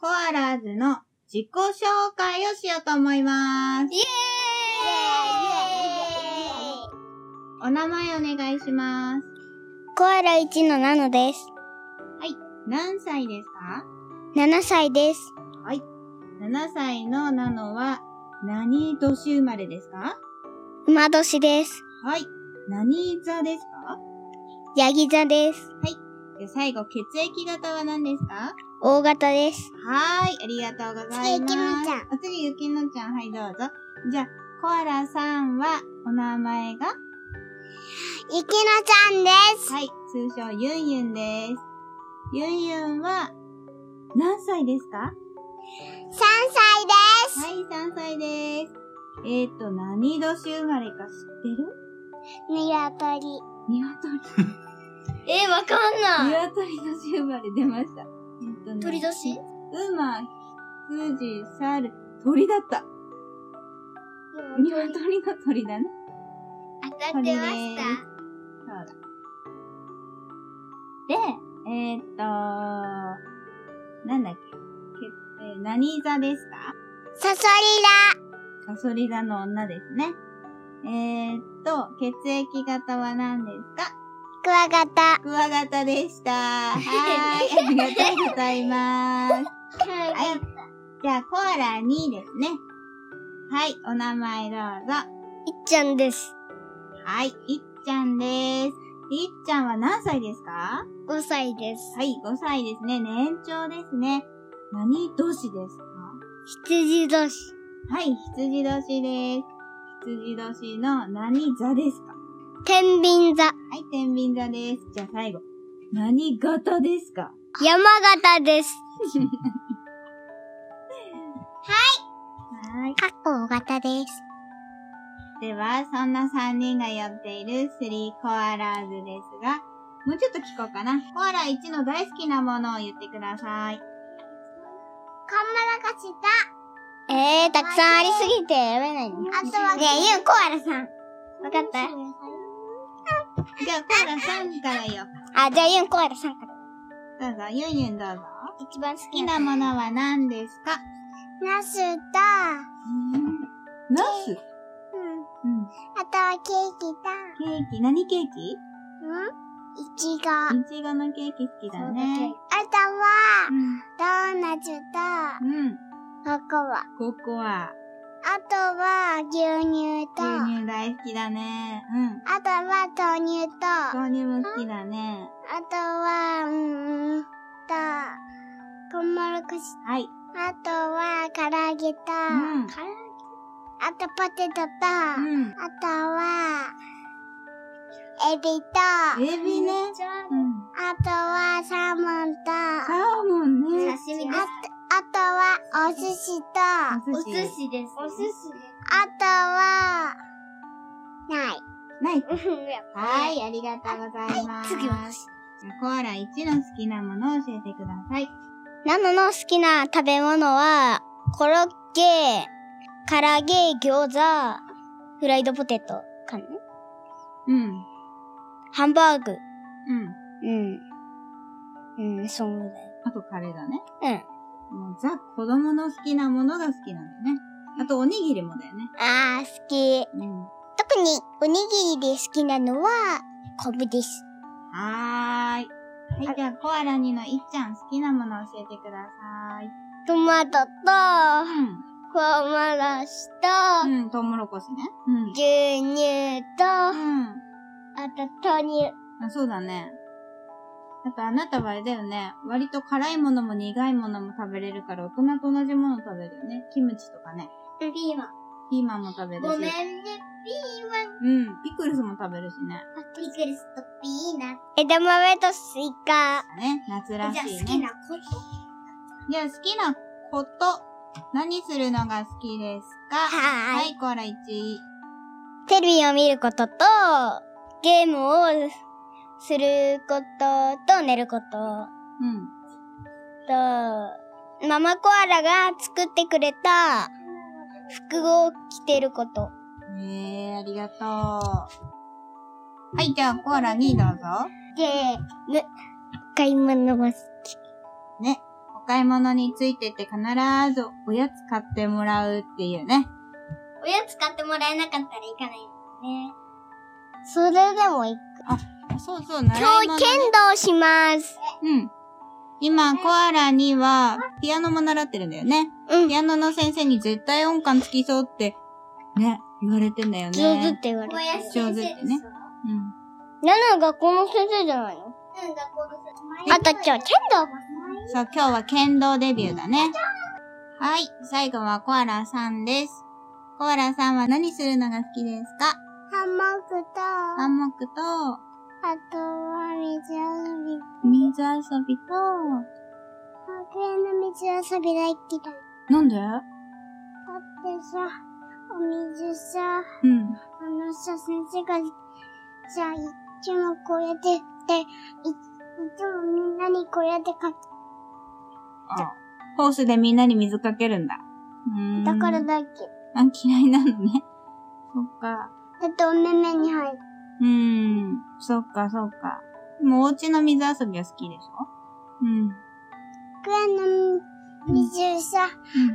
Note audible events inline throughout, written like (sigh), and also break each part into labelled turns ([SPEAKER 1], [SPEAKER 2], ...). [SPEAKER 1] コアラーズの自己紹介をしようと思います。
[SPEAKER 2] イエーイ
[SPEAKER 1] お名前お願いします。
[SPEAKER 2] コアラ1のナノです。
[SPEAKER 1] 何歳ですか
[SPEAKER 2] 7歳です。
[SPEAKER 1] はい。7歳のナノは何年生まれですか
[SPEAKER 2] 馬年です。
[SPEAKER 1] はい。何座ですか
[SPEAKER 2] ヤギ座です。
[SPEAKER 1] じゃあ最後、血液型は何ですか
[SPEAKER 2] 大型です。
[SPEAKER 1] はーい、ありがとうございます。
[SPEAKER 2] 次ゆきのちゃん
[SPEAKER 1] あ次、ゆきのちゃん、はい、どうぞ。じゃあ、コアラさんは、お名前が
[SPEAKER 2] いきのちゃんです。
[SPEAKER 1] はい、通称、ゆんゆんです。ゆんゆんは、何歳ですかは
[SPEAKER 2] 3歳で。
[SPEAKER 1] い、3歳です。えっ、ー、と、何年生まれか知ってる
[SPEAKER 2] ニワトリ。
[SPEAKER 1] 鶏。
[SPEAKER 2] え、わかんい。
[SPEAKER 1] 鶏年生まれ出ました。えっ、とね
[SPEAKER 2] 鳥年
[SPEAKER 1] 馬、羊、猿、鳥だった。鶏の鳥だね。
[SPEAKER 2] 当
[SPEAKER 1] たってましたそうだ。で、えー、っと、なんだっけ。けえー何座ですか
[SPEAKER 2] サソリ
[SPEAKER 1] サソリ座の女ですね。えー、っと、血液型は何ですか
[SPEAKER 2] ラ。クワガタ。
[SPEAKER 1] クワガタでした。はーい。ありがとうございます。はい。じゃあ、コアラ2ですね。はい。お名前どうぞ。
[SPEAKER 2] いっちゃんです。
[SPEAKER 1] はい。いっちゃんです。いっちゃんは何歳ですか
[SPEAKER 2] 5歳です。
[SPEAKER 1] はい、5歳ですね。年長ですね。何年ですか
[SPEAKER 2] 羊
[SPEAKER 1] は
[SPEAKER 2] 年。
[SPEAKER 1] い、羊年です。羊年の何座ですか
[SPEAKER 2] 天秤座。
[SPEAKER 1] はい、天秤座です。じゃあ最後。何型ですか
[SPEAKER 2] 山形です。
[SPEAKER 1] はい。
[SPEAKER 2] かっこ大型です。
[SPEAKER 1] では、そんな3人がやっている3コアラーズですが、もうちょっと聞こうかな。コアラ1の大好きなものを言ってください。
[SPEAKER 2] カンマラカシタ。えー、たくさんありすぎてやめないね。あとは、ねえ、ゆう、コアラさん。わかった
[SPEAKER 1] じゃあ、コアラさんからよ。
[SPEAKER 2] あ、じゃあユンコアラさんから。
[SPEAKER 1] どうぞ、ユンユンどうぞ。
[SPEAKER 2] 一番好
[SPEAKER 1] 好きなものは何ですか
[SPEAKER 2] ナスと、
[SPEAKER 1] ナス
[SPEAKER 2] うん、
[SPEAKER 1] うん。
[SPEAKER 2] あとはケーキと、
[SPEAKER 1] ケーキ、何ケーキ
[SPEAKER 2] うんいちご。
[SPEAKER 1] いちごのケーキ好きだね。
[SPEAKER 2] あとは
[SPEAKER 1] う、ん。
[SPEAKER 2] ドーナツと、
[SPEAKER 1] うん。
[SPEAKER 2] ココア。
[SPEAKER 1] ココア。
[SPEAKER 2] あとは、牛乳と、
[SPEAKER 1] 牛乳大好きだね。うん。
[SPEAKER 2] あとは豆乳と、あ
[SPEAKER 1] 豆乳も好きだね。
[SPEAKER 2] とは、うん、と、トウモロコシ。
[SPEAKER 1] はい。
[SPEAKER 2] あとは、唐揚げと、
[SPEAKER 1] ん
[SPEAKER 2] 唐揚げあとポテトと、
[SPEAKER 1] うん。
[SPEAKER 2] あとは、エビと、
[SPEAKER 1] エビねうん。
[SPEAKER 2] あとは、サーモンと、
[SPEAKER 1] サ
[SPEAKER 2] あ
[SPEAKER 1] ーモンね。
[SPEAKER 2] とは、お寿司と、あ
[SPEAKER 1] お寿司。
[SPEAKER 3] です。お寿司
[SPEAKER 2] とは、ない。
[SPEAKER 1] ない。
[SPEAKER 2] は
[SPEAKER 1] (laughs) はいい、ありがとうございます。
[SPEAKER 2] 次は私
[SPEAKER 1] じゃあコアラ1の好きなものを教えてください。
[SPEAKER 2] ナノの好きな食べ物は、コロッケ、唐揚げ、餃子、フライドポテトかな
[SPEAKER 1] うん。
[SPEAKER 2] ハンバーグ。
[SPEAKER 1] うん。
[SPEAKER 2] うん。うん、そんぐらい。
[SPEAKER 1] あとカレーだね。
[SPEAKER 2] うん。
[SPEAKER 1] もうザ、子供の好きなものが好きなんだよね。あとおにぎりもだよね。
[SPEAKER 2] あー、好き。
[SPEAKER 1] うん。
[SPEAKER 2] 特に、おにぎりで好きなのは、昆布です。
[SPEAKER 1] はーい。はい、じゃあ、コアラにのいっちゃん好きなもの教えてください。
[SPEAKER 2] トマトと、
[SPEAKER 1] う
[SPEAKER 2] コウモロシと、
[SPEAKER 1] ん。うん、トウモロコシね。うん。
[SPEAKER 2] 牛乳と、あ
[SPEAKER 1] う
[SPEAKER 2] と豆乳。
[SPEAKER 1] ん。あそうだね。あと、あなたはあれだよね。割と辛いものも苦いものも食べれるから、大人と同じもの食べるよね。キムチとかね。
[SPEAKER 2] ピーマン。
[SPEAKER 1] ピーマンも食べるし。
[SPEAKER 2] んね、ピーマン。
[SPEAKER 1] うん。ピクルスも食べるしね。
[SPEAKER 2] ピクルスとピーナッツ。枝豆とスイカ。
[SPEAKER 1] ね。夏らしいね。
[SPEAKER 2] こと。
[SPEAKER 1] じゃあ、好きなこと。何するのが好きですか
[SPEAKER 2] は
[SPEAKER 1] は
[SPEAKER 2] ーい
[SPEAKER 1] い、コアラ1。
[SPEAKER 2] テレビを見ることと、ゲームをすることと、寝ること
[SPEAKER 1] うん。
[SPEAKER 2] と、ママコアラが作ってくれた服を着てること。
[SPEAKER 1] ええありがとう。はい、じゃあ、コアラ2どうぞ。
[SPEAKER 2] で、買い物も好き。
[SPEAKER 1] ね。お買い物についてって必ずおやつ買ってもらうっていうね。
[SPEAKER 3] おやつ買ってもらえなかったら行かないもんね。
[SPEAKER 2] それでも行く。
[SPEAKER 1] そうそう、
[SPEAKER 2] 今
[SPEAKER 1] 習い
[SPEAKER 2] 日
[SPEAKER 1] 物。
[SPEAKER 2] 剣道します。
[SPEAKER 1] うん。今、コアラには、ピアノも習ってるんだよね。
[SPEAKER 2] うん。
[SPEAKER 1] ピアノの先生に絶対音感つきそうって、ね、言われてんだよね。
[SPEAKER 2] 上手って言われ
[SPEAKER 3] 小
[SPEAKER 2] て
[SPEAKER 3] 林
[SPEAKER 2] る。
[SPEAKER 3] 先生でしょ
[SPEAKER 1] 上手ってねうん。
[SPEAKER 2] なな学校の先生じゃないの
[SPEAKER 3] うん、学校の先生。
[SPEAKER 2] あと今日剣道。
[SPEAKER 1] そう、今日は剣道デビューだね。はい、最後はコアラさんです。コアラさんは何するのが好きですか
[SPEAKER 2] ハンモックと、
[SPEAKER 1] ハ
[SPEAKER 2] あ
[SPEAKER 1] ンモックと、
[SPEAKER 2] とは水遊び。
[SPEAKER 1] 水遊びと、
[SPEAKER 2] 学園の水遊び大嫌い。だって
[SPEAKER 1] なんで
[SPEAKER 2] さ、お水さ、
[SPEAKER 1] うん。
[SPEAKER 2] あのさ、先生が、さ、いつもこうやってって、いいつもみんなにこうやってかけ
[SPEAKER 1] あホースでみんなに水かけるんだ。うーん
[SPEAKER 2] たからだっけ。
[SPEAKER 1] あ、嫌いなのね。そっか。
[SPEAKER 2] だってお目目に入る。
[SPEAKER 1] うーん。そっか、そっか。でもお家の水遊びは好きでしょうん。
[SPEAKER 2] 学園の水さ、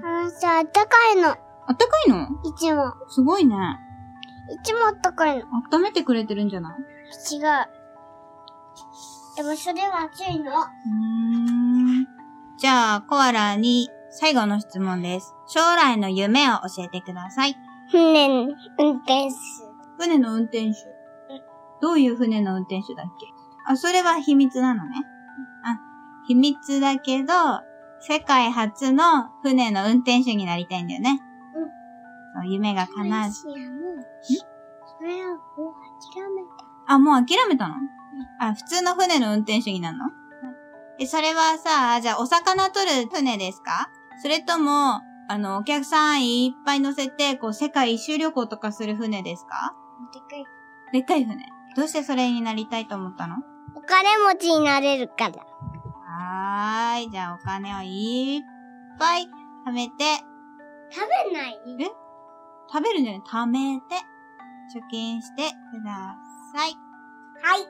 [SPEAKER 2] あのさ、あったかいの。
[SPEAKER 1] あったかいの
[SPEAKER 2] いつも。
[SPEAKER 1] すごいね。
[SPEAKER 2] いつもあったかいの。
[SPEAKER 1] 温めてくれてるんじゃない
[SPEAKER 2] 違う。でもそれは暑いの。
[SPEAKER 1] うーん。じゃあ、コアラに最後の質問です。将来の夢を教えてください。
[SPEAKER 2] 船の運転手。
[SPEAKER 1] 船の運転手。どういう船の運転手だっけあ、それは秘密なのね。あ、秘密だけど、世界初の船の運転手になりたいんだよね。うん。そう、夢が叶う。
[SPEAKER 2] もう、それはもう諦めた。
[SPEAKER 1] あ、もう諦めたのあ、普通の船の運転手になるのえ、それはさ、じゃあお魚取る船ですかそれとも、あの、お客さんいっぱい乗せて、こう、世界一周旅行とかする船ですか
[SPEAKER 2] でかい。
[SPEAKER 1] でっかい船。どうしてそれになりたいと思ったの
[SPEAKER 2] お金持ちになれるから。
[SPEAKER 1] はーい。じゃあお金をいっぱい貯めて、
[SPEAKER 2] 食べない
[SPEAKER 1] 食べるんじゃない貯めて、貯金してください。
[SPEAKER 2] はい。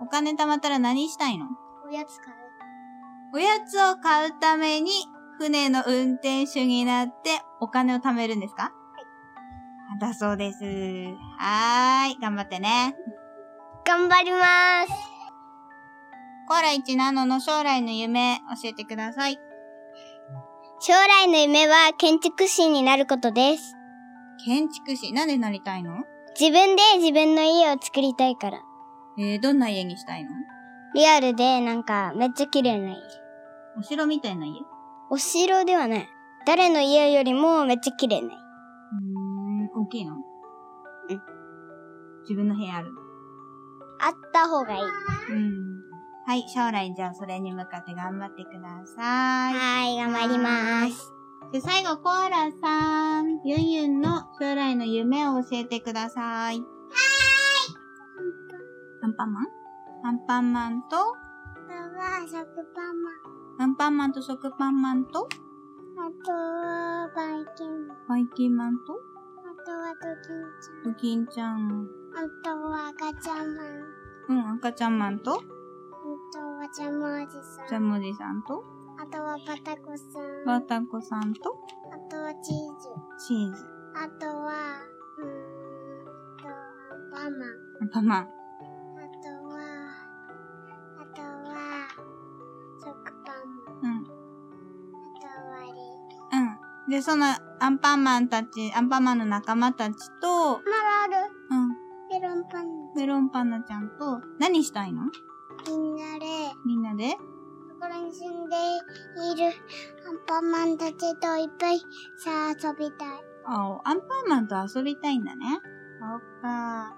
[SPEAKER 1] お金貯まったら何したいの
[SPEAKER 2] おやつ買う。
[SPEAKER 1] おやつを買うために、船の運転手になって、お金を貯めるんですかはい。だそうです。はーい。頑張ってね。
[SPEAKER 2] 頑張ります。
[SPEAKER 1] コアラ一ナノの将来の夢、教えてください。
[SPEAKER 2] 将来の夢は建築士になることです。
[SPEAKER 1] 建築士、なんでなりたいの
[SPEAKER 2] 自分で自分の家を作りたいから。
[SPEAKER 1] えー、どんな家にしたいの
[SPEAKER 2] リアルでなんかめっちゃ綺麗な家。
[SPEAKER 1] お城みたいな家う
[SPEAKER 2] お城ではない。誰の家よりもめっちゃ綺麗な
[SPEAKER 1] ー
[SPEAKER 2] 家。
[SPEAKER 1] ん、大きいの
[SPEAKER 2] うん。
[SPEAKER 1] 自分の部屋ある
[SPEAKER 2] あった方がいい。
[SPEAKER 1] うん。はい、将来じゃあそれに向かって頑張ってください。
[SPEAKER 2] はい、頑張ります。
[SPEAKER 1] で、最後、コアラさん、ユンユンの将来の夢を教えてください。はーい。アンパンマンアンパンマンと、
[SPEAKER 2] あとは、食パンマン。
[SPEAKER 1] アンパンマンと食パンマンと、
[SPEAKER 2] あとは、バイキンマン。
[SPEAKER 1] バイキンマンと、
[SPEAKER 2] あとは、ドキン
[SPEAKER 1] ド
[SPEAKER 2] ち
[SPEAKER 1] キンちゃん、
[SPEAKER 2] ゃん。あとは、赤ちゃんマン。
[SPEAKER 1] うん、赤ちゃんマンと、
[SPEAKER 2] あとは、ジャムおじ
[SPEAKER 1] ジ
[SPEAKER 2] さ
[SPEAKER 1] ャ
[SPEAKER 2] ん。
[SPEAKER 1] ムおじさんと、
[SPEAKER 2] あとは、パタコさん。
[SPEAKER 1] バ
[SPEAKER 2] あ
[SPEAKER 1] タコさんと、
[SPEAKER 2] とは、チーズ。
[SPEAKER 1] チーズ、
[SPEAKER 2] あとは、うーんと、アンパンマン。
[SPEAKER 1] アンパンマン。
[SPEAKER 2] あとは、あとは、食パンマン。
[SPEAKER 1] うん、
[SPEAKER 2] あとは、リ
[SPEAKER 1] うん。
[SPEAKER 2] ー。
[SPEAKER 1] で、その、アンパンマンたち、アンパンマンの仲間たちと、
[SPEAKER 2] まだある
[SPEAKER 1] うん、
[SPEAKER 2] メロンパン。
[SPEAKER 1] メロンパンナちゃんと、何したいの
[SPEAKER 2] みんなで、
[SPEAKER 1] みんなで
[SPEAKER 2] ここに住んでいるアンパンマンたちといっぱいさ遊びたい。
[SPEAKER 1] あ、アンパンマンと遊びたいんだね。そっか。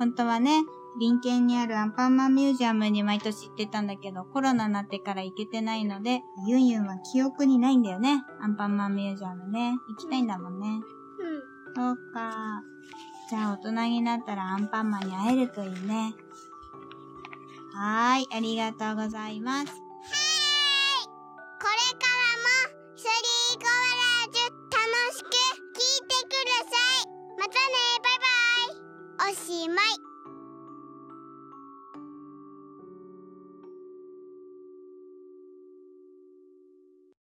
[SPEAKER 1] 本当はね、林県にあるアンパンマンミュージアムに毎年行ってたんだけど、コロナになってから行けてないので、ユンユンは記憶にないんだよね。アンパンマンミュージアムね。行きたいんだもんね。
[SPEAKER 2] うん。
[SPEAKER 1] そうか。じゃあ大人になったらアンパンマンに会えるといいね。はーい、ありがとうございます。